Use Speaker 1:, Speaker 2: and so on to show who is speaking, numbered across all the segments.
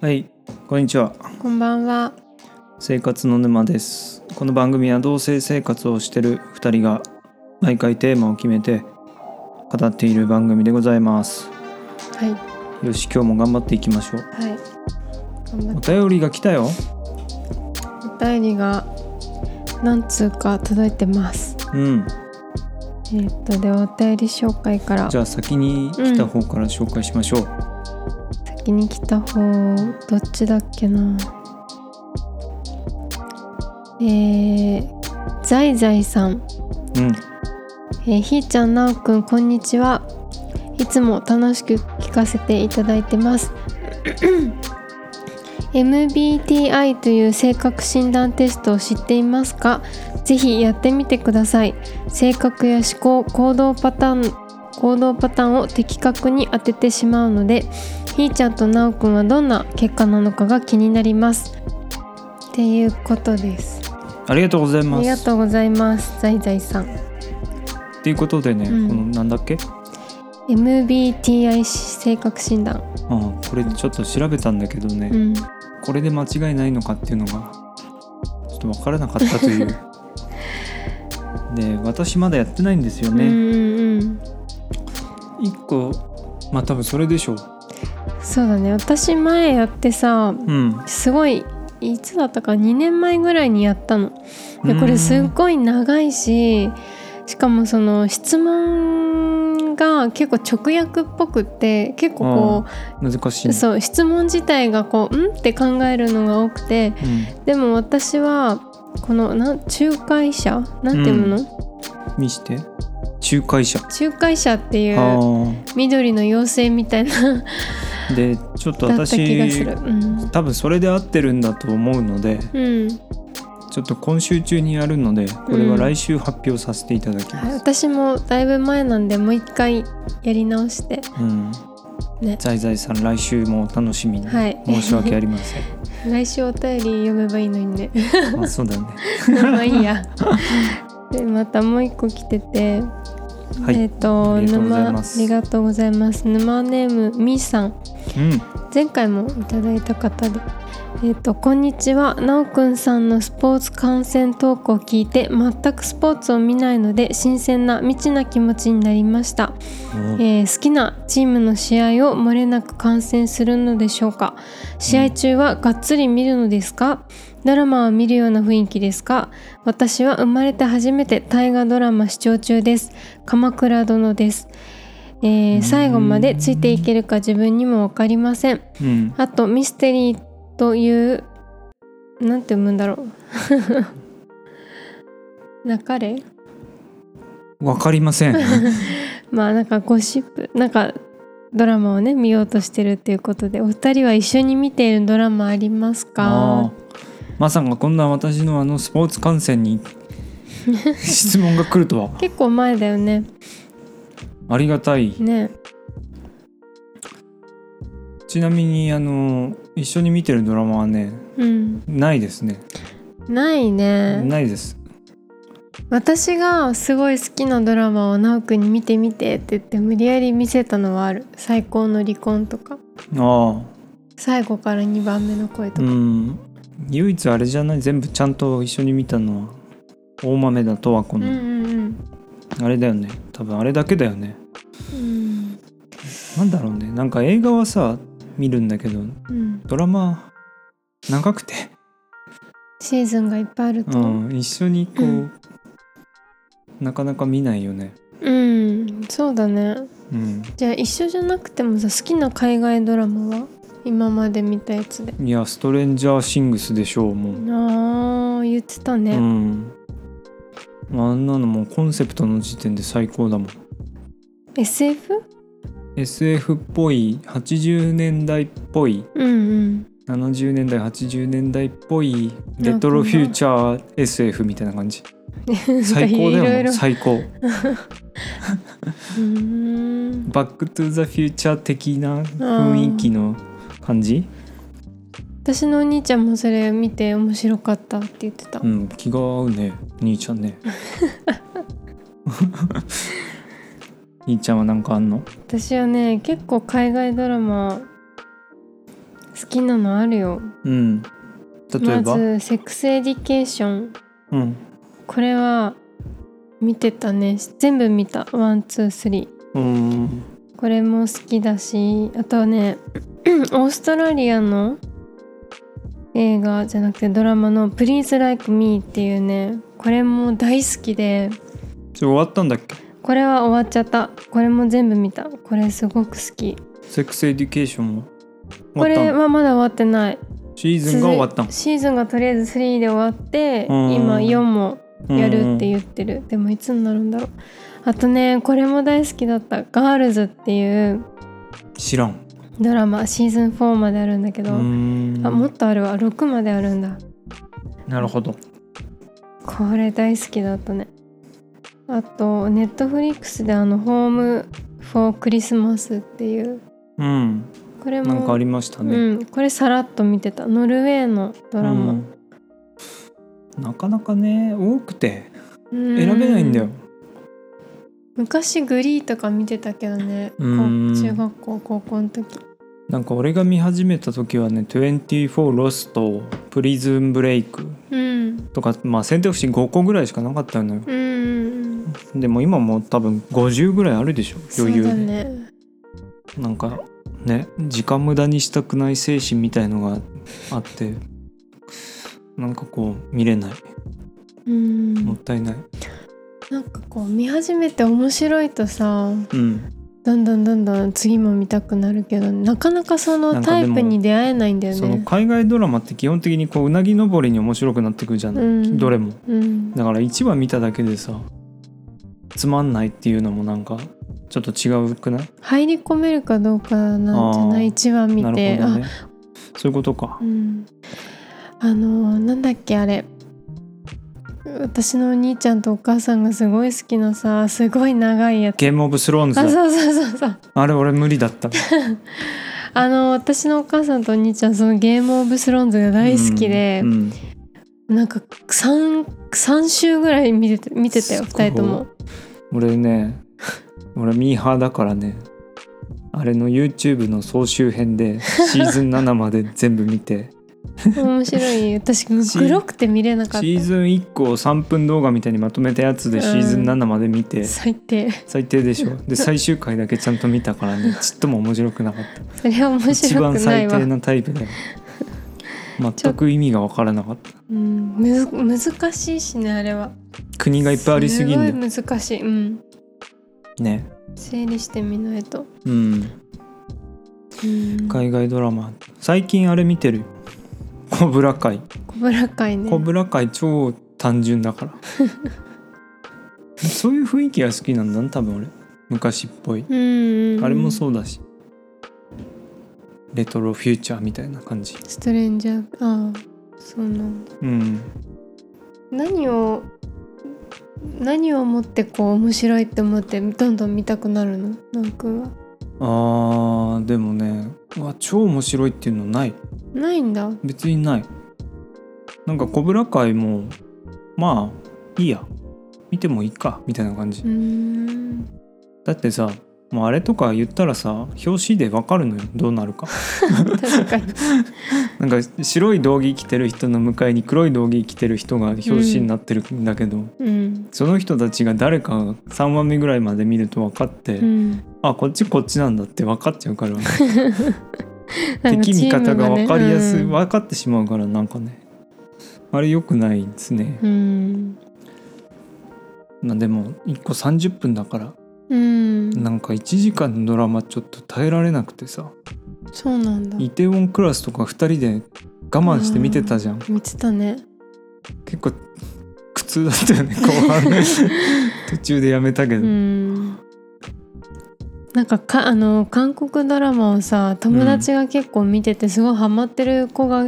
Speaker 1: はい、こんにちは。
Speaker 2: こんばんは。
Speaker 1: 生活の沼です。この番組は同性生活をしてる2人が毎回テーマを決めて語っている番組でございます。
Speaker 2: はい。
Speaker 1: よし、今日も頑張っていきましょう。
Speaker 2: はい。頑張
Speaker 1: お
Speaker 2: っ
Speaker 1: 便りが来たよ。
Speaker 2: て。お便りが何通か届いてます。
Speaker 1: うん。
Speaker 2: えーっとではお便り紹介から
Speaker 1: じゃあ先に来た方から紹介しましょう。
Speaker 2: 先に来た方どっちだっけな。えー、ザイザイさん、
Speaker 1: うん。
Speaker 2: えーひーちゃんなおくんこんにちは。いつも楽しく聞かせていただいてます。MBTI という性格診断テストを知っていますかぜひやってみてください性格や思考行動パターン行動パターンを的確に当ててしまうのでひーちゃんとなおくんはどんな結果なのかが気になりますっていうことです
Speaker 1: ありがとうござい
Speaker 2: あ
Speaker 1: ま
Speaker 2: りが
Speaker 1: す。
Speaker 2: とうございますザイザイさん
Speaker 1: ということでね、
Speaker 2: うん
Speaker 1: このなんだっけ
Speaker 2: MBTI 性格診断
Speaker 1: ああこれちょっと調べたんだけどね、
Speaker 2: うん
Speaker 1: これで間違いないのかっていうのがちょっと分からなかったと いうで私まだやってないんですよ
Speaker 2: うん
Speaker 1: ね、
Speaker 2: うんうん
Speaker 1: 一個まあ多分それでしょう
Speaker 2: そうだね私前やってさ
Speaker 1: うん
Speaker 2: すごいいつだったか2年前ぐらいにやったのでこれすっごい長いししかもその質問が結構直訳っぽくって結構こ
Speaker 1: 難しいう
Speaker 2: そう質問自体がこう「ん?」って考えるのが多くて
Speaker 1: うん、
Speaker 2: でも私はこのなん仲介者なんていうの、
Speaker 1: 見して仲介者
Speaker 2: 仲介者ってい
Speaker 1: あ
Speaker 2: う
Speaker 1: ー
Speaker 2: 緑の妖精みたいな
Speaker 1: でちょっと
Speaker 2: だった気がす
Speaker 1: 私
Speaker 2: る。うん
Speaker 1: 多分それで合ってるんだと思うので
Speaker 2: うん
Speaker 1: ちょっと今週中にやるのでこれは来週発表させていただき
Speaker 2: はい、
Speaker 1: ます、
Speaker 2: 私もだいぶ前なんでもう一回やり直して
Speaker 1: うん
Speaker 2: ね
Speaker 1: 在在さん来週もお楽しみに、
Speaker 2: はい
Speaker 1: 申し訳ありま せん
Speaker 2: 来週お便り読めばいいのにね
Speaker 1: あそうだね。
Speaker 2: まあい いやでまたもう一個来てて、
Speaker 1: はい
Speaker 2: えっ、と
Speaker 1: ありがとうござい
Speaker 2: 沼
Speaker 1: ま
Speaker 2: あ
Speaker 1: す
Speaker 2: りがとうございます沼ネームみーさん
Speaker 1: うん。
Speaker 2: 前回もいただいた方でえっ、とこんにちはなおくんさんのスポーツ観戦トークを聞いて全くスポーツを見ないので新鮮な未知な気持ちになりましたえー好きなチームの試合を漏れなく観戦するのでしょうか試合中はがっつり見るのですか、ドラマは見るような雰囲気ですか私は生まれて初めて大河ドラマ視聴中です鎌倉殿です、えー
Speaker 1: うん
Speaker 2: 最後までついていけるか自分にも分かりません
Speaker 1: うん。
Speaker 2: あとミステリーというなんて読むんだ ろう流れ
Speaker 1: わかりません。
Speaker 2: まあなんかゴシップなんかドラマをね見ようとしてるっていうことでお二人は一緒に見ているドラマあります
Speaker 1: あ
Speaker 2: か
Speaker 1: ーまさかこんな私のあのスポーツ観戦に 質問が来るとは
Speaker 2: 結構前だよね
Speaker 1: ありがたい。
Speaker 2: ね
Speaker 1: ちなみにあの一緒に見てるドラマはね
Speaker 2: うん
Speaker 1: ないですね。
Speaker 2: ないね
Speaker 1: ないです。
Speaker 2: 私がすごい好きなドラマを直くんに見て見てって言って無理やり見せたのはある「最高の離婚」とか
Speaker 1: ああ。
Speaker 2: 「最後から2番目の声」と
Speaker 1: う
Speaker 2: か、
Speaker 1: ん。唯一あれじゃない全部ちゃんと一緒に見たのは大豆だとはこ
Speaker 2: うん、う
Speaker 1: の、
Speaker 2: んうん
Speaker 1: あれだよね多分あれだけだよね
Speaker 2: うん
Speaker 1: なんだろうねなんか映画はさ見るんだけど
Speaker 2: うん
Speaker 1: ドラマ長くて
Speaker 2: シーズンがいっぱいあると、
Speaker 1: うん、一緒にこう、
Speaker 2: うん
Speaker 1: なかなか見ないよね。
Speaker 2: うん、そうだね
Speaker 1: うん、
Speaker 2: じゃあ一緒じゃなくてもさ好きな海外ドラマは今まで見たやつで
Speaker 1: いや、ストレンジャーシングスでしょう、もう。
Speaker 2: あー言ってた
Speaker 1: う
Speaker 2: ね、
Speaker 1: ん。あんなのもうコンセプトの時点で最高だもん。
Speaker 2: SF?
Speaker 1: SF っぽい、80年代っぽい、
Speaker 2: うん
Speaker 1: 70年代、80年代っぽい、レトロフューチャー SF みたいな感じ。
Speaker 2: うん
Speaker 1: 最高だよ
Speaker 2: なんかいろいろ
Speaker 1: ね、最高。
Speaker 2: うーん
Speaker 1: バックトゥザフューチャー的な雰囲気の感じ。
Speaker 2: 私のお兄ちゃんもそれ見て面白かったって言ってた、
Speaker 1: うん、気が合うね、兄ちゃ んね。兄ちゃんはなんかあんの？
Speaker 2: 私はね結構海外ドラマ好きなのあるよ
Speaker 1: うん例え
Speaker 2: ま
Speaker 1: ば、
Speaker 2: ずセックスエディケーション
Speaker 1: うん
Speaker 2: これは見てたね全部見たワンツースリー
Speaker 1: うん
Speaker 2: これも好きだしあとはね オーストラリアの映画じゃなくてドラマの「プリンス・ライク・ミー」っていうねこれも大好きで
Speaker 1: それ終わったんだっけ
Speaker 2: これは終わっちゃったこれも全部見たこれすごく好き
Speaker 1: セックスエデュケーションも
Speaker 2: こ
Speaker 1: 終わっ
Speaker 2: れ
Speaker 1: たの
Speaker 2: はまだ終わってない
Speaker 1: シーズンが終わったの
Speaker 2: シーズンがとりあえず3で終わって
Speaker 1: うん
Speaker 2: 今4も
Speaker 1: うん
Speaker 2: やるって言ってるでもいつになるんだろうあとねこれも大好きだった「ガールズ」っていう
Speaker 1: 知らん
Speaker 2: ドラマシーズン4まであるんだけ
Speaker 1: う
Speaker 2: ど、
Speaker 1: ん
Speaker 2: あもっとあるわ6まであるんだ
Speaker 1: なるほど
Speaker 2: これ大好きだったねあとネットフリックスであの「ホーム・フォー・クリスマス」っていう
Speaker 1: うん
Speaker 2: これも
Speaker 1: なんかありましたね、
Speaker 2: うん、これさらっと見てたノルウェーのドラマ、
Speaker 1: うんなかなかね多くて
Speaker 2: うん
Speaker 1: 選べないんだよ、
Speaker 2: 昔グリーとか見てたけどねこ
Speaker 1: う
Speaker 2: うん中学校高校の時
Speaker 1: なんか俺が見始めた時はね24ロストプリズンブレイク
Speaker 2: うん
Speaker 1: とかまあ選択肢5個ぐらいしかなかったのよ
Speaker 2: うんうん
Speaker 1: でも今もう多分50ぐらいあるでしょ
Speaker 2: そう
Speaker 1: 余裕で
Speaker 2: だね
Speaker 1: なんかね時間無駄にしたくない精神みたいのがあってなんかこう見れない
Speaker 2: うん
Speaker 1: もったいない
Speaker 2: なんかこう見始めて面白いとさ
Speaker 1: うん
Speaker 2: どんどんどんどん次も見たくなるけどなかなかそ
Speaker 1: な
Speaker 2: の
Speaker 1: んか
Speaker 2: タ
Speaker 1: でも
Speaker 2: イプに出会えないんだよ
Speaker 1: その
Speaker 2: ね
Speaker 1: 海外ドラマって基本的にこううなぎ登りに面白くなってくるじゃない、
Speaker 2: うん
Speaker 1: どれも
Speaker 2: うん
Speaker 1: だから1話見ただけでさつまんないっていうのもなんかちょっと違うくない
Speaker 2: 入り込めるかどうかなんじゃない
Speaker 1: あー
Speaker 2: 一話見
Speaker 1: な
Speaker 2: て
Speaker 1: るほどねそういうことか
Speaker 2: う、ん、あのなんだっけあれ私のお兄ちゃんとお母さんがすごい好きなさすごい長いやつ
Speaker 1: ゲームオブスローンズ
Speaker 2: あ
Speaker 1: だ
Speaker 2: そうそうそうそう
Speaker 1: あれ俺無理だった
Speaker 2: あの私のお母さんとお兄ちゃんそのゲームオブスローンズが大好きで
Speaker 1: う、んうん
Speaker 2: なんか 3, 3週ぐらい見てて見てたよ
Speaker 1: すごい
Speaker 2: 2人とも
Speaker 1: 俺ね俺ミーハーだからねあれの YouTube の総集編でシーズン7まで全部見 て
Speaker 2: 面白い私グロくて見れなかっ
Speaker 1: シーズン1個を3分動画みたいにまとめたやつでシーズン7まで見て、
Speaker 2: た最低
Speaker 1: 最低でしょ で最終回だけちゃんと見たからねちっとも面白くなかっ
Speaker 2: それは
Speaker 1: た
Speaker 2: 面
Speaker 1: 一
Speaker 2: 白
Speaker 1: 番
Speaker 2: くない
Speaker 1: 最
Speaker 2: わ
Speaker 1: 低、なタイ プだよ全く意味が分からなかった
Speaker 2: うん、むず難しいしねあれは
Speaker 1: 国がいっぱいありすぎんだよ
Speaker 2: ごい難しいうん
Speaker 1: ね
Speaker 2: 整理してみないと。
Speaker 1: うん
Speaker 2: うん、コ
Speaker 1: 海外ドラマ最近あれ見てるよコブラ会
Speaker 2: ブラ会ね。
Speaker 1: コブラ界超単純だから そういう雰囲気が好きなんだな多分俺昔っぽい
Speaker 2: うんうん。
Speaker 1: あれもそうだしレトロフューチャーみたいな感じ
Speaker 2: ストレンジャー、ああ、そうなんだ。
Speaker 1: うん
Speaker 2: 何を何をもってこう面白いって思ってどんどん見たくなるの？なんくんは
Speaker 1: あーでもねうわ超面白いっていうのない
Speaker 2: ないんだ。
Speaker 1: 別にないなんかコブラ界もまあいいや見てもいいかみたいな感じ
Speaker 2: うん。
Speaker 1: だってさもうあれとか言ったらさ表紙でわかるのよどうなるか
Speaker 2: 確かに。
Speaker 1: なんか白い道着着てる人の向かいに黒い道着着てる人が表紙になってるんだけど、
Speaker 2: うん。
Speaker 1: その人たちが誰かが3話目ぐらいまで見ると分かって、
Speaker 2: うん。
Speaker 1: あこっちこっちなんだって分かっちゃう から
Speaker 2: なんか
Speaker 1: 敵
Speaker 2: チ
Speaker 1: 味
Speaker 2: ーム
Speaker 1: 方が
Speaker 2: ね
Speaker 1: 分かりやすい、
Speaker 2: うん
Speaker 1: 分かってしまうからなんかねあれ良くないですね。
Speaker 2: うん。
Speaker 1: なでも1個30分だから
Speaker 2: うん。
Speaker 1: なんか1時間のドラマちょっと耐えられなくてさ
Speaker 2: そうなんだ。
Speaker 1: 「イテウォンクラス」とか2人で我慢して見てたじゃん。
Speaker 2: 見てたね。
Speaker 1: 結構苦痛だったよね後半 途中でやめたけど、
Speaker 2: うんなんかかあの韓国ドラマをさ友達が結構見ててすごいハマってる子が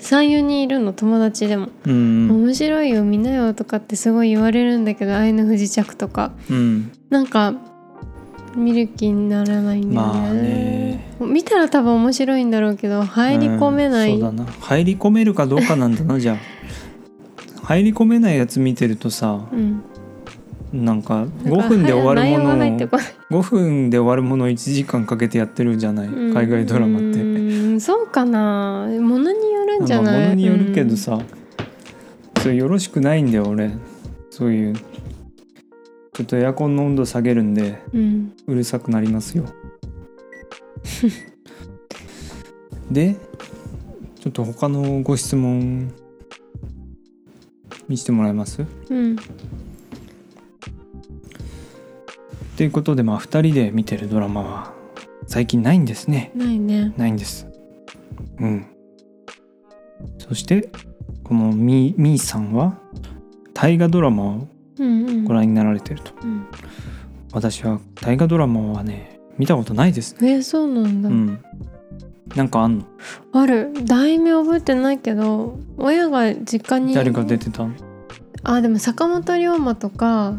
Speaker 2: 34人いるの友達でも
Speaker 1: う
Speaker 2: 「
Speaker 1: ん
Speaker 2: 面白いよ見なよ」とかってすごい言われるんだけど「愛の不時着」とか
Speaker 1: うん
Speaker 2: なんか見る気にならないんだよね,、
Speaker 1: まあね
Speaker 2: 見たら多分面白いんだろうけど入り込めない、
Speaker 1: うんそうだな入り込めるかどうかなんだなじゃあ入り込めないやつ見てるとさ
Speaker 2: うん
Speaker 1: なんか
Speaker 2: なんか
Speaker 1: 5分で終わるも
Speaker 2: 内容が入
Speaker 1: の
Speaker 2: って
Speaker 1: を
Speaker 2: こない
Speaker 1: 5分で終わるものを1時間かけてやってるじゃない海外ドラマって
Speaker 2: うんうんそうかなものによるんじゃない、
Speaker 1: まあ物によるけ
Speaker 2: う
Speaker 1: ど
Speaker 2: ん
Speaker 1: さ、それよろしくないんだよ俺そういうちょっとエアコンの温度下げるんで
Speaker 2: うん
Speaker 1: うるさくなり ますよでちょっと他のご質問見せてもらえます
Speaker 2: うん
Speaker 1: ということでまあ2人で見てるドラマは最近ないんですね
Speaker 2: ないね
Speaker 1: ないんですうんそしてこのみみーさんは大河ドラマを
Speaker 2: うんうん
Speaker 1: ご覧になられてると、
Speaker 2: うん
Speaker 1: 私は大河ドラマはね見たことないですね
Speaker 2: えそうなんだ、
Speaker 1: うんなんかあんの
Speaker 2: ある題名覚えてないけど親が実家に
Speaker 1: 誰が出てたの
Speaker 2: あでも坂本龍馬とか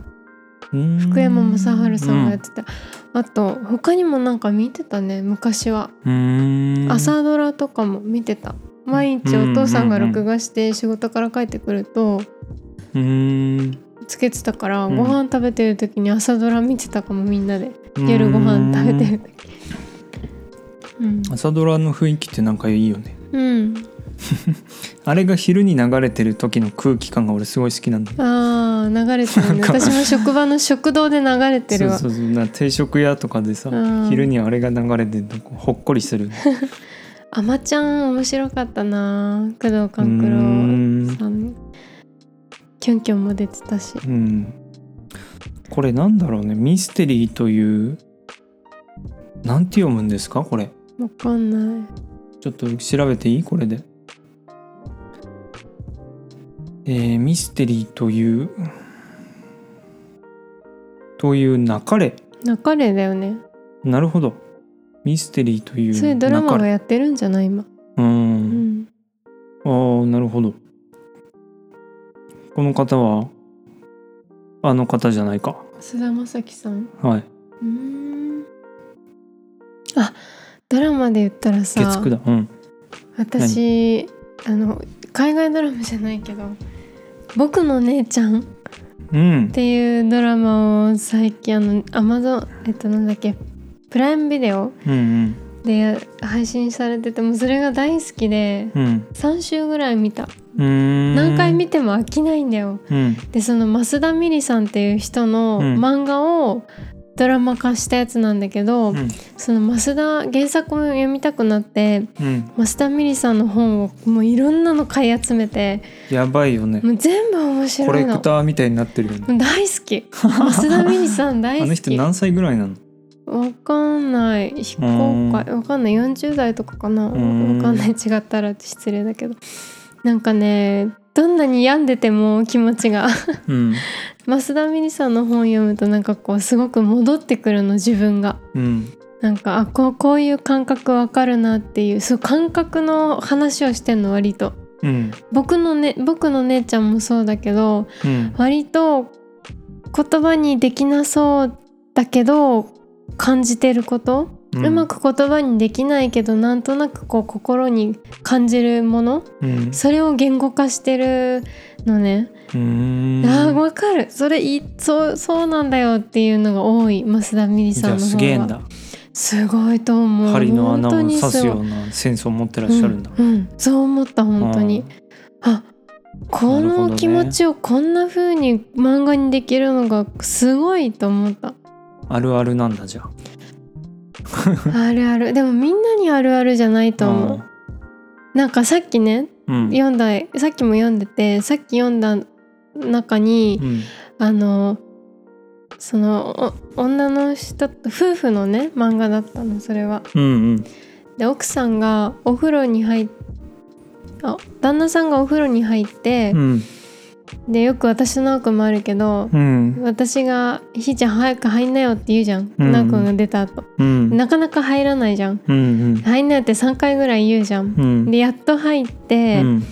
Speaker 2: 福
Speaker 1: 福
Speaker 2: 山雅治さんがやってた、あと他にもなんか見てたね昔は、
Speaker 1: うんうーん
Speaker 2: 朝ドラとかも見てた毎日お父さんが録画して仕事から帰ってくると
Speaker 1: うーん
Speaker 2: つけてたから、
Speaker 1: うん
Speaker 2: ご飯食べてる時に朝ドラ見てたかもみんなで夜ご飯食べてる時うん
Speaker 1: 朝ドラの雰囲気ってなんかいいよね
Speaker 2: うん、
Speaker 1: あれが昼に流れてる時の空気感が俺すごい好きなんだ
Speaker 2: あー流れてるね
Speaker 1: なんか
Speaker 2: 私も職場の食堂で流れてるわ
Speaker 1: そうそうそうな定食屋とかでさ
Speaker 2: うん
Speaker 1: 昼にあれが流れてるとこうほっこりする
Speaker 2: あまちゃん面白かったな工藤官九
Speaker 1: うー
Speaker 2: 郎
Speaker 1: ん
Speaker 2: さんキュンキュンも出てたし
Speaker 1: うんこれなんだろうねミステリーというなんて読むんですかこれ
Speaker 2: わかんない
Speaker 1: ちょっと調べていいこれで。えーミステリーという、というなかれ。
Speaker 2: 中れだよね
Speaker 1: なるほど。ミステリーという
Speaker 2: そういうドラマ
Speaker 1: なか
Speaker 2: が
Speaker 1: れ。
Speaker 2: やってるんじゃない今
Speaker 1: う。
Speaker 2: うんん
Speaker 1: ああ、なるほど。この方は、あの方じゃないか。
Speaker 2: 菅田将暉さん
Speaker 1: はい。
Speaker 2: うーんあドラマで言ったら
Speaker 1: 月
Speaker 2: さ
Speaker 1: 九だ。うん。
Speaker 2: 私あの海外ドラマじゃないけど「僕の姉ちゃん」
Speaker 1: うん
Speaker 2: っ。ていうドラマを最近あのアマゾンえっとなんだっけプライムビデオ
Speaker 1: うんうん。
Speaker 2: で配信されててもうそれが大好きで
Speaker 1: うん。
Speaker 2: 3週ぐらい見た
Speaker 1: うーん。
Speaker 2: 何回見ても飽きないんだよ
Speaker 1: うん。
Speaker 2: でその増田美里さんっていう人の
Speaker 1: うん
Speaker 2: 漫画をドラマ化したやつなんだけど、
Speaker 1: うん。
Speaker 2: その増田原作も読みたくなって
Speaker 1: うん。
Speaker 2: 増田美里さんの本をもういろんなの買い集めて
Speaker 1: やばいよね。
Speaker 2: もう全部面
Speaker 1: コ
Speaker 2: 白
Speaker 1: レ
Speaker 2: いの
Speaker 1: クターみたいになってるよね。
Speaker 2: もう大好き増田美里さん大
Speaker 1: あの
Speaker 2: 好
Speaker 1: 人
Speaker 2: き
Speaker 1: 何歳ぐらいなの
Speaker 2: わかんない非公開わかんない40代とかかなわか
Speaker 1: ん
Speaker 2: んない違ったら失礼だけどなんかねどんなに病んでても気持ちが
Speaker 1: うん
Speaker 2: 増田美里さんの本読むとなんかこうすごく戻ってくるの自分が
Speaker 1: うん
Speaker 2: なんかあこうこういう感覚わかるなっていうそう感覚の話をしてんの割と
Speaker 1: うん
Speaker 2: 僕のね僕の姉ちゃんもそうだけど
Speaker 1: うん
Speaker 2: 割と言葉にできなそうだけど感じてること、う
Speaker 1: うん
Speaker 2: まく言葉にできないけどなんとなくこう心に感じるもの
Speaker 1: うん
Speaker 2: それを言語化してるのね、
Speaker 1: うん
Speaker 2: あーわかるそれいいそうそうなんだよっていうのが多い増田
Speaker 1: じ
Speaker 2: 美里さ
Speaker 1: ゃあ
Speaker 2: んの
Speaker 1: すげえん
Speaker 2: 方が
Speaker 1: だ
Speaker 2: すごいと思う
Speaker 1: 針の穴を刺すよ
Speaker 2: う
Speaker 1: うなセンスを持ってらっしゃるんだ
Speaker 2: うんうんそう思った本当に、あこ
Speaker 1: なるほど
Speaker 2: の
Speaker 1: ね
Speaker 2: 気持ちをこんな風に漫画にできるのがすごいと思 った。
Speaker 1: あるあるなんだじゃあ
Speaker 2: あるあるでもみんなにあるあるじゃないと思う。なんかさっきね
Speaker 1: うん
Speaker 2: 読んださっきも読んでてさっき読んだ中に
Speaker 1: うん
Speaker 2: あのそのお女の人と夫婦のね漫画だったのそれは。
Speaker 1: うん
Speaker 2: で奥さんがお風呂に入っあ旦那さんがお風呂に入って
Speaker 1: う、ん
Speaker 2: でよく私と直くんもあるけど、
Speaker 1: うん
Speaker 2: 私が「ひーちゃん早く入んなよ」って言うじゃん、
Speaker 1: うん
Speaker 2: 直くんが出た後
Speaker 1: うん
Speaker 2: なかなか入らないじゃん
Speaker 1: うんうん
Speaker 2: 入んなよって3回ぐらい言うじゃん、
Speaker 1: うん
Speaker 2: でやっと入って
Speaker 1: う、ん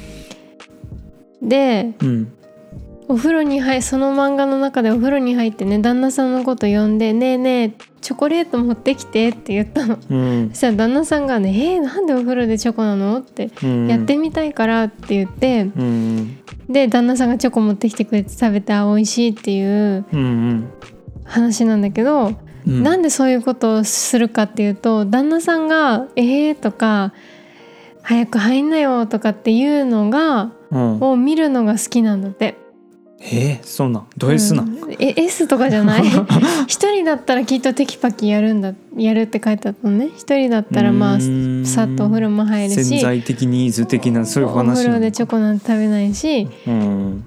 Speaker 2: で
Speaker 1: うん
Speaker 2: お風呂に入その漫画の中でお風呂に入ってね旦那さんのこと呼んで「ねえねえチョコレート持ってきて」って言ったの
Speaker 1: うん
Speaker 2: そしたら旦那さんがね「えー、なんでお風呂でチョコなの?」って
Speaker 1: うん
Speaker 2: 「やってみたいから」って言って
Speaker 1: うん
Speaker 2: で旦那さんがチョコ持ってきてくれて食べてあ美味しいっていう
Speaker 1: うんうん
Speaker 2: 話なんだけど
Speaker 1: うん
Speaker 2: なんでそういうことをするかっていうと旦那さんが「えー」とか「早く入んなよとかっていうのが
Speaker 1: うん、
Speaker 2: を見るのが好きなんだって。
Speaker 1: えー、そうなんド S な、
Speaker 2: うんえ S とかじゃない 一人だったらきっとテキパキやるんだやるって書いてあったのね一人だったらまあさっとお風呂
Speaker 1: も
Speaker 2: も入る
Speaker 1: 潜
Speaker 2: し
Speaker 1: 在的ニーズ的なそういう
Speaker 2: お
Speaker 1: 話
Speaker 2: 風呂
Speaker 1: なんだ
Speaker 2: でチョコなんて食べないし
Speaker 1: うん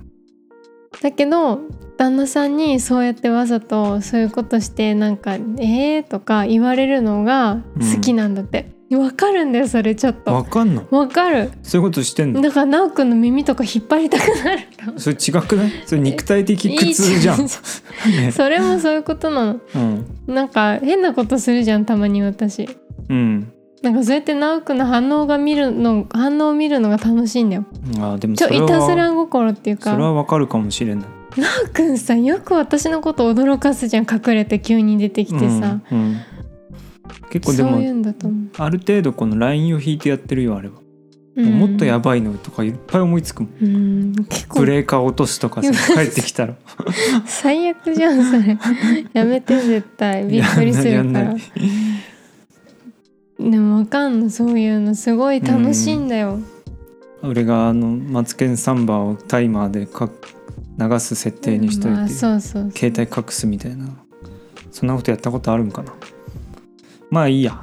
Speaker 2: だけど旦那さんにそうやってわざとそういうことしてなんか「えー?」とか言われるのが好きなんだってわ、かるんだよそれちょっと
Speaker 1: わかんの
Speaker 2: わかる
Speaker 1: そういうことしてんの
Speaker 2: だから奈くんの耳とか引っ張りたくなるの
Speaker 1: それ違くないそれ肉体的苦痛じゃん
Speaker 2: い いそれもそういうことなの
Speaker 1: うん
Speaker 2: なんか変なことするじゃんたまに私
Speaker 1: うん
Speaker 2: なんかそうやって奈くんの反応が見るの反応を見るのが楽しいんだよ
Speaker 1: あーでも
Speaker 2: ちょ
Speaker 1: それ
Speaker 2: いたずら
Speaker 1: は
Speaker 2: 心っていう
Speaker 1: それ
Speaker 2: か
Speaker 1: はわかるかもしれない
Speaker 2: 奈くんさよく私のこと驚かすじゃん隠れて急に出てきてさ、
Speaker 1: うんうん結構で
Speaker 2: そうい
Speaker 1: も
Speaker 2: うんだと思
Speaker 1: ある程度このラインを引いてやってるよあれは、
Speaker 2: う。
Speaker 1: もっとや
Speaker 2: ば。
Speaker 1: ばいのとかいっぱい思いつくもん
Speaker 2: うん、結構
Speaker 1: ブレーカー落とすとかさ帰ってき たら
Speaker 2: 最悪じゃんそ れ。やめて絶対びっくりす
Speaker 1: や
Speaker 2: る
Speaker 1: ん
Speaker 2: か
Speaker 1: ないや
Speaker 2: ら
Speaker 1: んな。い
Speaker 2: でもわかんのそういうのすごい楽しいんだよ。
Speaker 1: 俺があの「マツケンサンバ」をタイマーでか流す設定にしといて、
Speaker 2: まあそうそうそう。
Speaker 1: 携帯隠すみたいなそんなことやったことあるんかなまあいいや、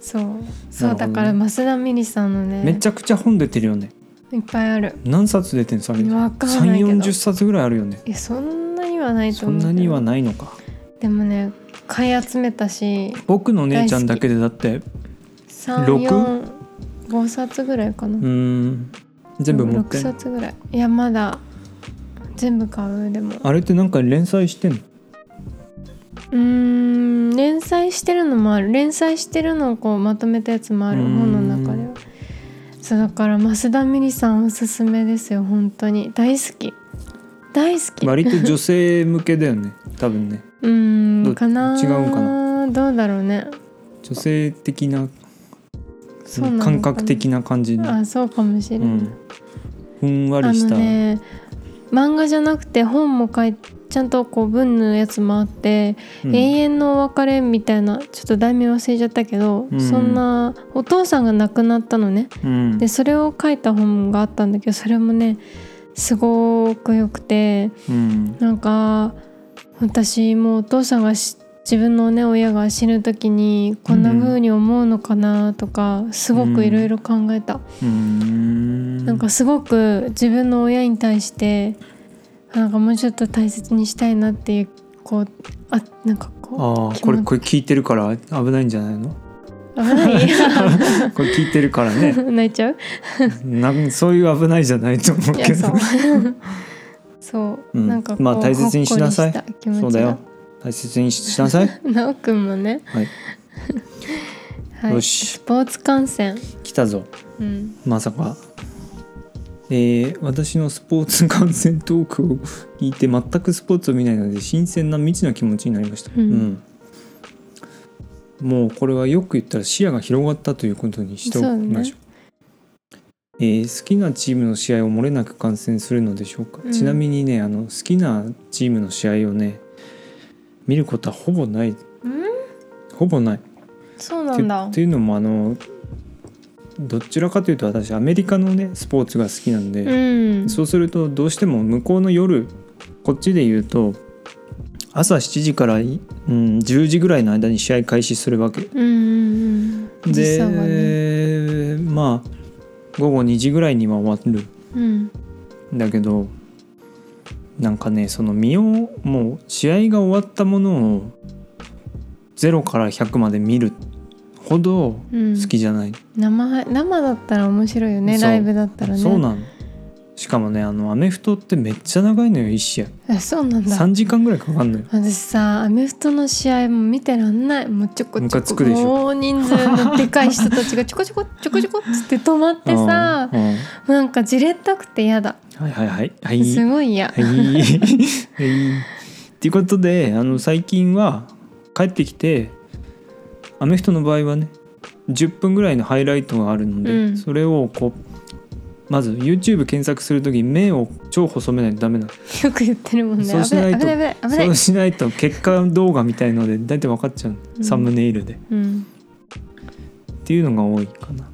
Speaker 2: そうそう
Speaker 1: なるほど
Speaker 2: だ
Speaker 1: ね
Speaker 2: から増田ミリさんのね。
Speaker 1: めちゃくちゃ本出てるよね
Speaker 2: いっぱいある。
Speaker 1: 何冊出てんのそれ
Speaker 2: わかんな
Speaker 1: 3
Speaker 2: いけど
Speaker 1: 四4 0冊ぐらいあるよね
Speaker 2: えそんなにはないと
Speaker 1: そ
Speaker 2: 思
Speaker 1: ん
Speaker 2: う。
Speaker 1: なには。ないのか
Speaker 2: でもね買い集めたし
Speaker 1: 僕の姉ちゃんだけでだってう
Speaker 2: 三
Speaker 1: 六
Speaker 2: 四五冊ぐらいかな。
Speaker 1: ーん全部持って
Speaker 2: 6
Speaker 1: んの
Speaker 2: 冊ぐらいいやまだ全部買うでも
Speaker 1: あれってなんか連載してんの
Speaker 2: うーん連載してるのもある連載してるのをこうまとめたやつもある
Speaker 1: うーん
Speaker 2: 本の中ではそうだから増田美里さんおすすめですよ本当に大好き大好きう
Speaker 1: 割と女性向けだよね多分ね
Speaker 2: ー
Speaker 1: ど
Speaker 2: んかな
Speaker 1: 違うんか
Speaker 2: などうだろうね
Speaker 1: 女性的な
Speaker 2: そうなのか
Speaker 1: 感
Speaker 2: な
Speaker 1: 覚的な感じの
Speaker 2: あそうかもしれ
Speaker 1: う
Speaker 2: ない、
Speaker 1: ん、ふんわ
Speaker 2: あ
Speaker 1: りし
Speaker 2: の
Speaker 1: た、
Speaker 2: ね漫画じゃなくて本も書いちゃんとこう文のやつもあって
Speaker 1: うん
Speaker 2: 永遠のお別れみたいなちょっと題名忘れちゃったけど、
Speaker 1: うん
Speaker 2: そんなお父さんが亡くなったのね
Speaker 1: うん
Speaker 2: でそれを書いた本があったんだけどそれもねすごく良くて
Speaker 1: うん
Speaker 2: なんか私もうお父さんがし自分のね親が死ぬ時にこんな風に思うのかなとかすごくいろいろ考えた、
Speaker 1: うーん
Speaker 2: なんかすごく自分の親に対してあなんかもうちょっと大切にしたいなっていうこうあなんかこう
Speaker 1: ああ
Speaker 2: 気
Speaker 1: こ
Speaker 2: 持
Speaker 1: れ
Speaker 2: ち
Speaker 1: これ聞いてるから危ないんじゃないの
Speaker 2: 危 ない
Speaker 1: これ聞いてるからね
Speaker 2: 泣いちゃう
Speaker 1: なんそういう危ないじゃないと思う
Speaker 2: い
Speaker 1: け
Speaker 2: や
Speaker 1: ど
Speaker 2: そうそう、
Speaker 1: うん
Speaker 2: なんかこう
Speaker 1: まあ大切にしなさい
Speaker 2: ほっこりした気持ち
Speaker 1: そうだよ大切にしなさい、
Speaker 2: なおくんもね
Speaker 1: はい、
Speaker 2: はい
Speaker 1: よ
Speaker 2: ス
Speaker 1: し
Speaker 2: ポーツ観戦
Speaker 1: 来たぞ
Speaker 2: うん
Speaker 1: まさかえー私のスポーツ観戦トークを聞いて全くスポーツを見ないので新鮮な未知な気持ちになりました、
Speaker 2: うん
Speaker 1: うんもうこれはよく言ったら視野が広がったということにしておきましょうえー好きなチームの試合を漏れなく観戦するのでしょうか、
Speaker 2: うん
Speaker 1: ちなみにねあの好きなチームの試合をね見ることはほぼないほぼない
Speaker 2: そうなんだ
Speaker 1: ってっていうのもあのどちらかというと私アメリカのねスポーツが好きなん
Speaker 2: う
Speaker 1: で、
Speaker 2: ん
Speaker 1: そうするとどうしても向こうの夜こっちで言うと朝7時から、うん、10時ぐらいの間に試合開始するわけ
Speaker 2: うんうんうん時
Speaker 1: で、
Speaker 2: 差がね
Speaker 1: まあ午後2時ぐらいには終わる
Speaker 2: うん
Speaker 1: んだけどなんかねその見ようもう試合が終わったものを0から100まで見るほど
Speaker 2: うん
Speaker 1: 好きじゃない、
Speaker 2: 生は生だったら面白いよね
Speaker 1: そう
Speaker 2: ライブだったらね
Speaker 1: そうなのしかもねあのアメフトってめっちゃ長いのよ1試合
Speaker 2: あそうなんだ
Speaker 1: 3時間ぐらいかかんのよ
Speaker 2: 私さアメフトの試合も見てらんないもうちょこ
Speaker 1: ム
Speaker 2: ちょ
Speaker 1: カ
Speaker 2: こ
Speaker 1: つくでしょ
Speaker 2: もう人数のでかい人たちがちょこちょこちょこちょこっつって止まってさ
Speaker 1: うん うん
Speaker 2: なんかじれったくて嫌だ
Speaker 1: はいはいはいは
Speaker 2: す
Speaker 1: い
Speaker 2: ごい嫌
Speaker 1: はいはいっていうことであの最近は帰ってきてアメフトの場合はね10分ぐらいのハイライトがあるので、
Speaker 2: うん
Speaker 1: それをこうまず YouTube 検索するとき目を超細めないとダメなの
Speaker 2: よく言ってるもんね
Speaker 1: そうし
Speaker 2: 危
Speaker 1: な
Speaker 2: ないい
Speaker 1: と
Speaker 2: 危ない危ない危
Speaker 1: そ
Speaker 2: な
Speaker 1: う
Speaker 2: い
Speaker 1: しないと結果動画みたいので大体分かっちゃうの、
Speaker 2: うん
Speaker 1: サムネイルで
Speaker 2: うん
Speaker 1: っていうのが多いかな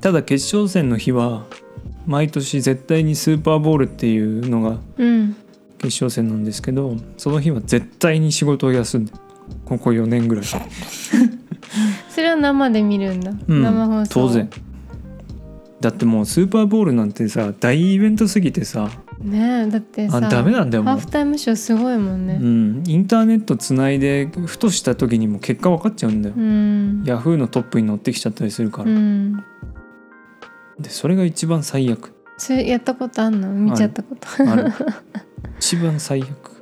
Speaker 1: ただ決勝戦の日は毎年絶対にスーパーボールっていうのが
Speaker 2: うん
Speaker 1: 決勝戦なんですけどその日は絶対に仕事を休んでここ4年ぐらい、
Speaker 2: それは生で見るんだ、
Speaker 1: うん
Speaker 2: 生放送
Speaker 1: 当然だってもうスーパーボールなんてさ大イベントすぎてさ
Speaker 2: ねえだってさ
Speaker 1: あダメなんだよ
Speaker 2: ハ
Speaker 1: も
Speaker 2: ー
Speaker 1: う
Speaker 2: フ、タイムショーすごいもん
Speaker 1: う
Speaker 2: ね
Speaker 1: ん、インターネットつないでふとした時にもう結果分かっちゃうんだよ、
Speaker 2: うん
Speaker 1: ヤフーのトップに乗ってきちゃったりするか
Speaker 2: う
Speaker 1: ら、
Speaker 2: ん
Speaker 1: でそれが一番最悪
Speaker 2: それやったことあんの見ちゃったこと、
Speaker 1: ある一番最悪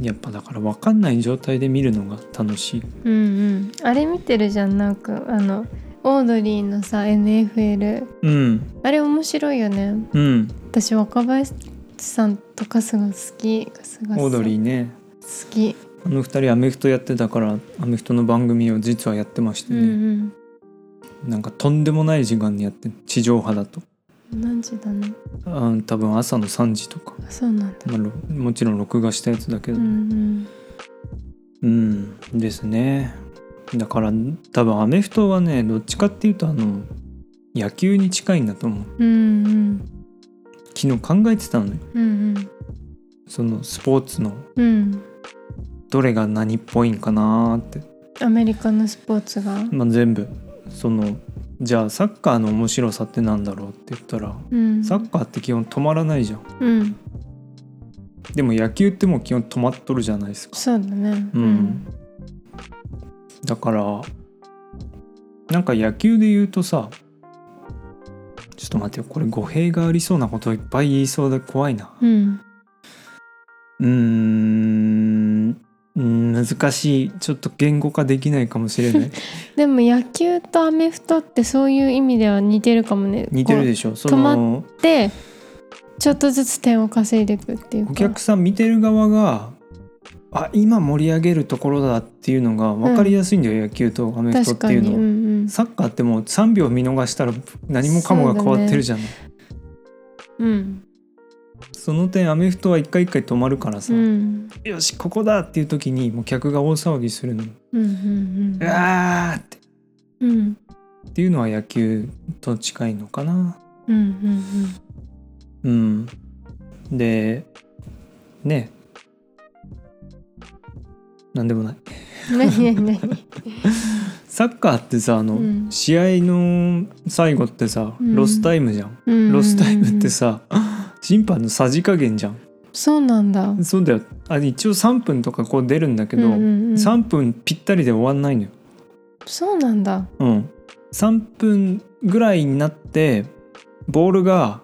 Speaker 1: やっぱだから分かんない状態で見るのが楽しい
Speaker 2: うんうんあれ見てるじゃんなんかあのオードリーのさ NFL
Speaker 1: うん
Speaker 2: あれ面白いよね
Speaker 1: うん
Speaker 2: 私若林さんと春日好き春日さん
Speaker 1: オードリーね
Speaker 2: 好き、
Speaker 1: あの二人アメフトやってたからアメフトの番組を実はやってまして
Speaker 2: うん
Speaker 1: ね、なんかとんでもない時間にやってん地上波だと
Speaker 2: うん何時だね
Speaker 1: あ多分朝の3時とか、
Speaker 2: あそうなんだ
Speaker 1: まあろもちろん録画したやつだけど
Speaker 2: うんうん
Speaker 1: うんですねだから多分アメフトはねどっちかっていうとあの野球に近いんだと思う
Speaker 2: うんうん
Speaker 1: 昨日考えてたのよ
Speaker 2: うん
Speaker 1: そのスポーツの
Speaker 2: うんうん
Speaker 1: どれが何っぽいんかなーって、
Speaker 2: アメリカのスポーツが
Speaker 1: まあ、全部そのじゃあサッカーの面白さってなんだろうって言ったら
Speaker 2: うん
Speaker 1: サッカーって基本止まらないじゃん
Speaker 2: うん
Speaker 1: でも野球ってもう基本止まっとるじゃないですか
Speaker 2: そうだね
Speaker 1: うん、だからなんか野球で言うとさちょっと待ってよこれ語弊がありそうなこといっぱい言いそうで怖いな
Speaker 2: うん
Speaker 1: うーんうん難しいちょっと言語化できないかもしれない
Speaker 2: でも野球とアメフトってそういう意味では似てるかもね
Speaker 1: 似てる
Speaker 2: こ
Speaker 1: でしょそ
Speaker 2: 止
Speaker 1: の
Speaker 2: うでちょっとずつ点を稼いでいくっていうか
Speaker 1: お客さん見てる側があ今盛り上げるところだっていうのが分かりやすいんだよ、野球とアメフトっ
Speaker 2: 確
Speaker 1: て
Speaker 2: か
Speaker 1: いう
Speaker 2: に、うん
Speaker 1: のは。
Speaker 2: うん
Speaker 1: サッカーってもう3秒見逃したら何もかもが変わってるじゃない
Speaker 2: うん
Speaker 1: その点アメフトは一回一回止まるから
Speaker 2: う
Speaker 1: さ、
Speaker 2: ん
Speaker 1: よしここだっていう時にもう客が大騒ぎするの
Speaker 2: うんうん
Speaker 1: うわーって
Speaker 2: うんうん
Speaker 1: っていうのは野球と近いのかな
Speaker 2: うんうん
Speaker 1: うんでねなんでもない
Speaker 2: うん何何何
Speaker 1: サッカーってさあの、
Speaker 2: うん
Speaker 1: 試合の最後ってさ
Speaker 2: うん
Speaker 1: ロスタイムじゃん、
Speaker 2: うん
Speaker 1: ロスタイムってさ 審判のさじ加減じゃん
Speaker 2: そうなんだ
Speaker 1: そうだよあ一応3分とかこう出るんだけど、
Speaker 2: うんうんうん
Speaker 1: 3分ぴったりで終わんないのよ
Speaker 2: そうなんだ
Speaker 1: うん、3分ぐらいになってボールが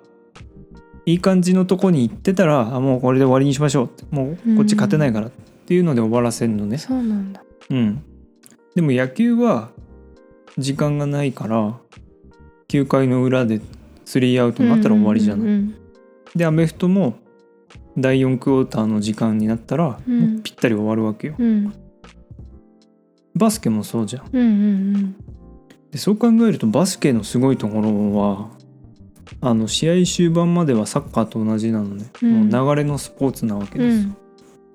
Speaker 1: いい感じのとこに行ってたらあもうこれで終わりにしましょうってもうこっち勝てないからっていうので終わらせるのね、
Speaker 2: そうなんだ
Speaker 1: うん、でも野球は時間がないから9回の裏で3アウトになったら終わりじゃない、
Speaker 2: うんうん
Speaker 1: でアメフトも第4クォーターの時間になったら、
Speaker 2: うん
Speaker 1: もうぴったり終わるわけよ
Speaker 2: うん
Speaker 1: バスケもそうじゃん
Speaker 2: うんうんうん
Speaker 1: でそう考えるとバスケのすごいところはあの試合終盤まではサッカーと同じなのね、
Speaker 2: うん
Speaker 1: もう流れのスポーツなわけ
Speaker 2: う
Speaker 1: です、
Speaker 2: ん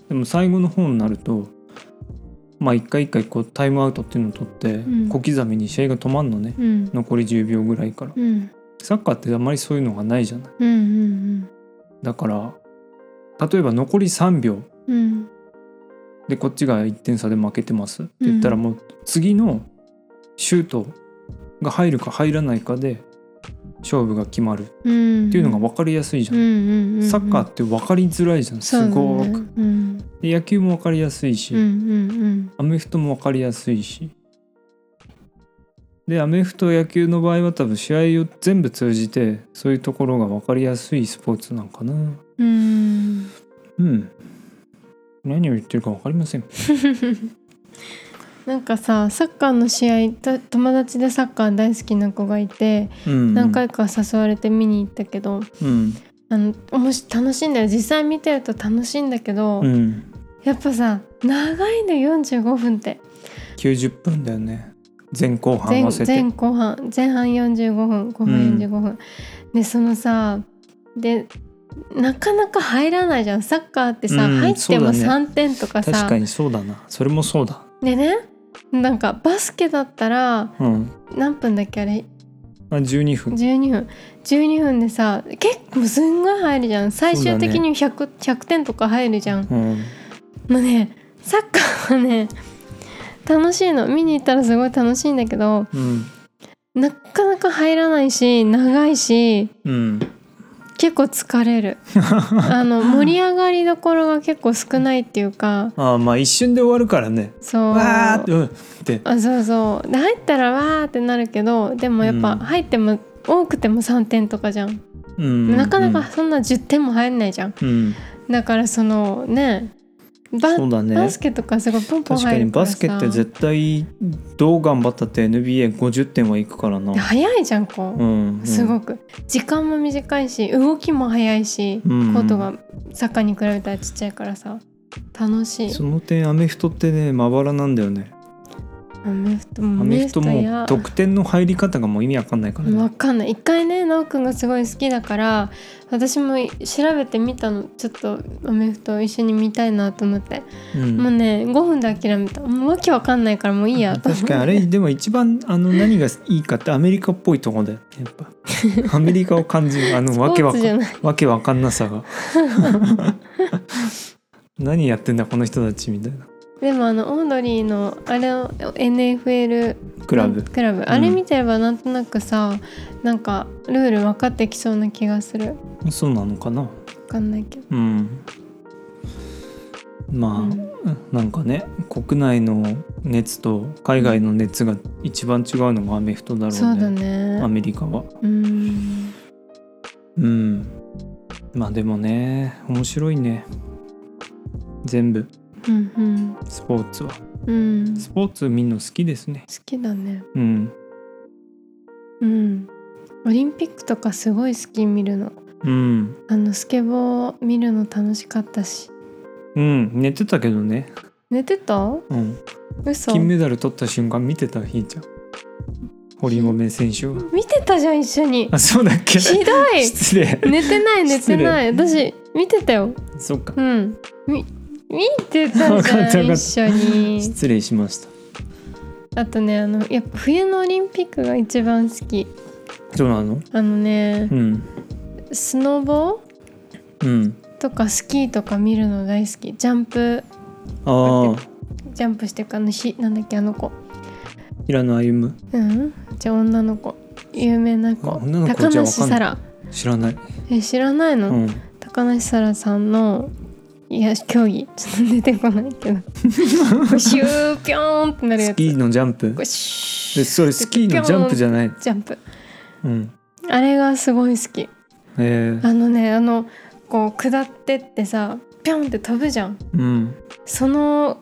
Speaker 1: でも最後の方になるとまあ一回一回こうタイムアウトっていうのを取って、
Speaker 2: ん
Speaker 1: 小刻みに試合が止まんのね
Speaker 2: うん
Speaker 1: 残り10秒ぐらいから
Speaker 2: うん
Speaker 1: サッカーってあんまりそういうのがないじゃない
Speaker 2: うんうん
Speaker 1: だから例えば残り3秒
Speaker 2: うんうん
Speaker 1: でこっちが1点差で負けてますって言ったら
Speaker 2: うん
Speaker 1: もう次のシュートが入るか入らないかで勝負が決まる
Speaker 2: うん
Speaker 1: っていうのが分かりやすいじゃ、
Speaker 2: うんんうん
Speaker 1: サッカーって分かりづらいじゃん、すご
Speaker 2: そう
Speaker 1: く、
Speaker 2: だねうん
Speaker 1: で野球も分かりやすいし、
Speaker 2: うんうん
Speaker 1: アメフトも分かりやすいしでアメフト野球の場合は多分試合を全部通じてそういうところが分かりやすいスポーツなんかな
Speaker 2: うんうん
Speaker 1: うん何を言ってるか分かりません
Speaker 2: なんかさサッカーの試合と友達でサッカー大好きな子がいて
Speaker 1: うん
Speaker 2: 何回か誘われて見に行ったけど
Speaker 1: うん
Speaker 2: あのおもし楽しいんだよ実際見てると楽しいんだけど
Speaker 1: うん
Speaker 2: やっぱさ長いの45分って
Speaker 1: 90分だよね前後半
Speaker 2: 前
Speaker 1: 合わせて
Speaker 2: 前後半前半45分後半45分、でそのさでなかなか入らないじゃんサッカーってさ、
Speaker 1: うん
Speaker 2: 入って
Speaker 1: そう
Speaker 2: も
Speaker 1: だね
Speaker 2: 3点とか
Speaker 1: 確
Speaker 2: さ
Speaker 1: かにそうだなそれもそうだ
Speaker 2: でねなんかバスケだったら
Speaker 1: うん、
Speaker 2: 何分だっけあれ
Speaker 1: あ12分
Speaker 2: 12分12分でさ結構すんごい入るじゃん最終的に 100,、100点とか入るじゃん
Speaker 1: うん
Speaker 2: もうねサッカーはね楽しいの見に行ったらすごい楽しいんだけど
Speaker 1: うん
Speaker 2: なかなか入らないし長いし
Speaker 1: うん
Speaker 2: 結構疲れる あの盛り上がりどころが結構少ないっていうか
Speaker 1: ああまあ一瞬で終わるからね
Speaker 2: そう
Speaker 1: わーってうんって
Speaker 2: あそうそうで入ったらわーってなるけどでもやっ
Speaker 1: う
Speaker 2: ぱ
Speaker 1: ん
Speaker 2: 入っても、多くても3点とかじゃん、
Speaker 1: うん
Speaker 2: なかなかそんな10点も入んないじゃん
Speaker 1: うん
Speaker 2: だからそのねバ
Speaker 1: そうだね
Speaker 2: バスケとかすごいポンポン
Speaker 1: 確か
Speaker 2: 入
Speaker 1: に
Speaker 2: るか
Speaker 1: バ
Speaker 2: ら
Speaker 1: ス
Speaker 2: さ
Speaker 1: ケって絶対どう頑張ったって NBA50 点はいくからな、
Speaker 2: 早いじゃんこ
Speaker 1: う
Speaker 2: う、
Speaker 1: んうん、
Speaker 2: すごく時間も短いし動きも早いし、
Speaker 1: うん
Speaker 2: コートがサッカーに比べたらちっちゃいからさ楽しい
Speaker 1: その点アメフトってねまばらなんだよね
Speaker 2: アメフト
Speaker 1: ア
Speaker 2: も
Speaker 1: メフト
Speaker 2: アメ
Speaker 1: も得点の入り方がもう意味わかんないからね、
Speaker 2: わかんない一回ねなおくんがすごい好きだから私も調べてみたのちょっとアメフト一緒に見たいなと思って、
Speaker 1: うん
Speaker 2: もうね5分で諦めたもうわけわかんないからもういいやと思っ
Speaker 1: 確
Speaker 2: て
Speaker 1: かにあれでも一番あの何がいいかってアメリカっぽいとこだよねや っぱアメリカを感じるあのわけわか
Speaker 2: スポーツじゃ
Speaker 1: ん
Speaker 2: ない
Speaker 1: わけわかんなさ が何やってんだこの人たちみたいな
Speaker 2: でもあのオードリーのあれを NFL
Speaker 1: クラブ
Speaker 2: クラブあれ見てればなんとなくさ、なんかルール分かってきそうな気がする
Speaker 1: そうなのかな
Speaker 2: 分かんないけど、
Speaker 1: うんまあ、
Speaker 2: うん
Speaker 1: なんかね国内の熱と海外の熱が一番違うのがアメフトだろうね
Speaker 2: そうだ
Speaker 1: ア
Speaker 2: ね
Speaker 1: メリカは
Speaker 2: うん
Speaker 1: うんまあでもね面白いね全部
Speaker 2: うんうん
Speaker 1: スポーツは
Speaker 2: うん好
Speaker 1: スポーツ見るの好きですね
Speaker 2: きだね
Speaker 1: うん
Speaker 2: うんオリンピックとかすごい好き見るの
Speaker 1: うん
Speaker 2: あのスケボー見るの楽しかったし
Speaker 1: うん寝てたけどね、
Speaker 2: 寝てた
Speaker 1: うん、
Speaker 2: 嘘
Speaker 1: 金メダル取った瞬間見てたひーちゃん堀米選手は
Speaker 2: 見てたじゃん一緒に
Speaker 1: あそうだっけ
Speaker 2: ひどい
Speaker 1: 失礼
Speaker 2: 寝てない寝てない私見てたよ
Speaker 1: そっか
Speaker 2: うんみ見てた
Speaker 1: わ
Speaker 2: じ
Speaker 1: かった
Speaker 2: ゃ
Speaker 1: わ
Speaker 2: ん
Speaker 1: かった
Speaker 2: 一緒に
Speaker 1: 失礼しました
Speaker 2: あとねあのやっぱ冬のオリンピックが一番好き
Speaker 1: そうなの
Speaker 2: あのね
Speaker 1: うん
Speaker 2: スノボ
Speaker 1: うん
Speaker 2: とかスキーとか見るの大好きジャンプ
Speaker 1: ああ
Speaker 2: ジャンプしてかあのひなんだっけあの子
Speaker 1: 平野歩夢
Speaker 2: うんじゃあ女の子有名な子
Speaker 1: あ女の子
Speaker 2: 高
Speaker 1: じゃあ
Speaker 2: 梨
Speaker 1: わかん
Speaker 2: 沙
Speaker 1: ない
Speaker 2: 羅
Speaker 1: 知らない、
Speaker 2: え知らないの、
Speaker 1: うん、
Speaker 2: 高梨沙羅さんのいや競技ちょっと出てこないけどこうシューピョーンってなるや
Speaker 1: ス
Speaker 2: つ
Speaker 1: キーのジャンプ
Speaker 2: こうシュ
Speaker 1: でそれスキーのジャンプじゃない
Speaker 2: ージャンプ
Speaker 1: うん
Speaker 2: あれがすごい好き
Speaker 1: えー、
Speaker 2: あのねあのこう下ってってさピョンって飛ぶじゃん
Speaker 1: うん
Speaker 2: その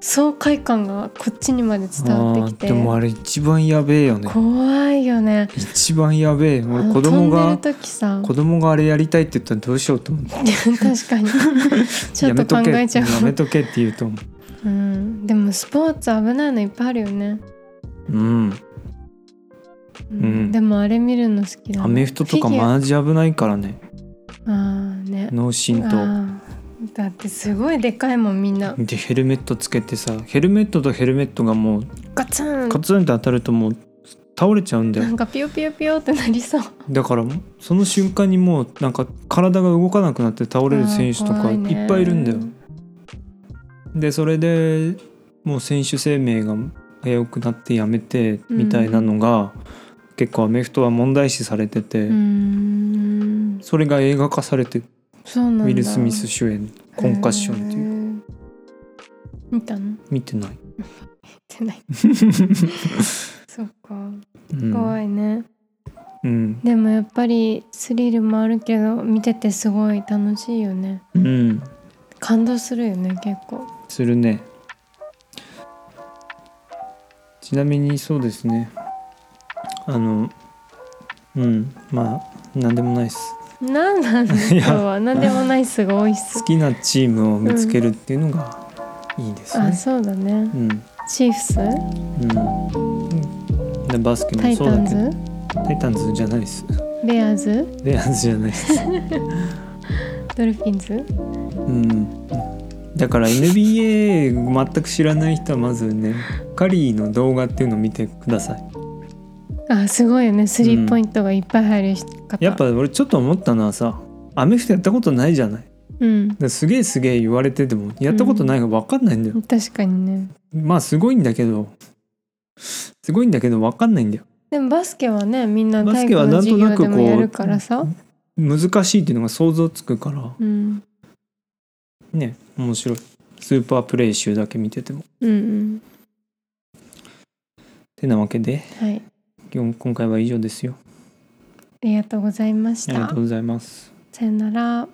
Speaker 2: 爽快感がこっちにまで伝わ
Speaker 1: あ
Speaker 2: って
Speaker 1: ー
Speaker 2: きて
Speaker 1: でもあれ一番やべえよね
Speaker 2: 怖いよね
Speaker 1: 一番やべえ
Speaker 2: あ
Speaker 1: 俺
Speaker 2: の
Speaker 1: 子供
Speaker 2: 飛ん
Speaker 1: が
Speaker 2: でる時さ
Speaker 1: 子供があれやりたいって言ったらどうしようと思って
Speaker 2: 確かにちょっと考えちゃう
Speaker 1: やめとけやめとけって言うと思
Speaker 2: うん、でもスポーツ危ないのいっぱいあるよね、
Speaker 1: ううん
Speaker 2: うん
Speaker 1: うん
Speaker 2: でもあれ見るの好きだな
Speaker 1: アメフトとか
Speaker 2: フィギュア
Speaker 1: マジ危ないからね
Speaker 2: あーね
Speaker 1: 脳震
Speaker 2: あ
Speaker 1: 盪
Speaker 2: ーだってすごいでかいもんみんな
Speaker 1: でヘルメットつけてさヘルメットとヘルメットがもう
Speaker 2: ガツン
Speaker 1: カツンって当たるともう倒れちゃうんだ
Speaker 2: な
Speaker 1: よ
Speaker 2: んかピヨピヨピヨってなりそう
Speaker 1: だからその瞬間にもうなんか体が動かなくなって倒れる選手と
Speaker 2: あー
Speaker 1: か
Speaker 2: 怖
Speaker 1: い
Speaker 2: ね
Speaker 1: っぱいいるんだよでそれでもう選手生命が危うくなってやめてみたいなのが、結構アメフトは問題視されてて、
Speaker 2: うーん
Speaker 1: それが映画化されて
Speaker 2: そうなんだ
Speaker 1: ウィル・スミス主演「コンカッション」っていう
Speaker 2: いう見たの見
Speaker 1: 見てない、
Speaker 2: てないそっか
Speaker 1: うん、
Speaker 2: 怖いね、
Speaker 1: うん
Speaker 2: でもやっぱりスリルもあるけど見ててすごい楽しいよね
Speaker 1: うん
Speaker 2: 感動するよね結構
Speaker 1: するねちなみにそうですねあのうんまあなんでもないです
Speaker 2: なんなんだ
Speaker 1: い
Speaker 2: 今
Speaker 1: や
Speaker 2: 日は何でもないすが多いっす
Speaker 1: 好きなチームを見つけるっていうのがいいです
Speaker 2: あ
Speaker 1: ね、
Speaker 2: そうだね
Speaker 1: うん
Speaker 2: チーフス
Speaker 1: うん、でバスケ
Speaker 2: タ
Speaker 1: も
Speaker 2: イ
Speaker 1: そう
Speaker 2: タ
Speaker 1: だ
Speaker 2: ン
Speaker 1: けど
Speaker 2: ズ
Speaker 1: タイタンズじゃないです
Speaker 2: ベアーズ
Speaker 1: レアーズじゃない です、
Speaker 2: ドルフィンズ
Speaker 1: うん、だから NBA 全く知らない人はまずねカリーの動画っていうのを見てください
Speaker 2: あすごいよねスリーポイントがいっぱい入る方
Speaker 1: やっぱ俺ちょっと思ったのはさアメフトやったことないじゃない
Speaker 2: うん
Speaker 1: ですげえすげえ言われててもやったことないから分かんないんだよ、
Speaker 2: 確かにね
Speaker 1: まあすごいんだけどすごいんだけど分かんないんだよ
Speaker 2: でもバスケはねみんな
Speaker 1: バ
Speaker 2: 体
Speaker 1: スケ
Speaker 2: 育
Speaker 1: は
Speaker 2: の
Speaker 1: なんと
Speaker 2: 授業
Speaker 1: なくこう
Speaker 2: でもやるからさ
Speaker 1: 難しいっていうのが想像つくから
Speaker 2: うん
Speaker 1: ね面白いスーパープレイ集だけ見てても
Speaker 2: うんうん
Speaker 1: てなわけで
Speaker 2: はい
Speaker 1: 今日今回は以上ですよ
Speaker 2: ありがとうございまし
Speaker 1: ありが
Speaker 2: た
Speaker 1: とうございます
Speaker 2: さよなら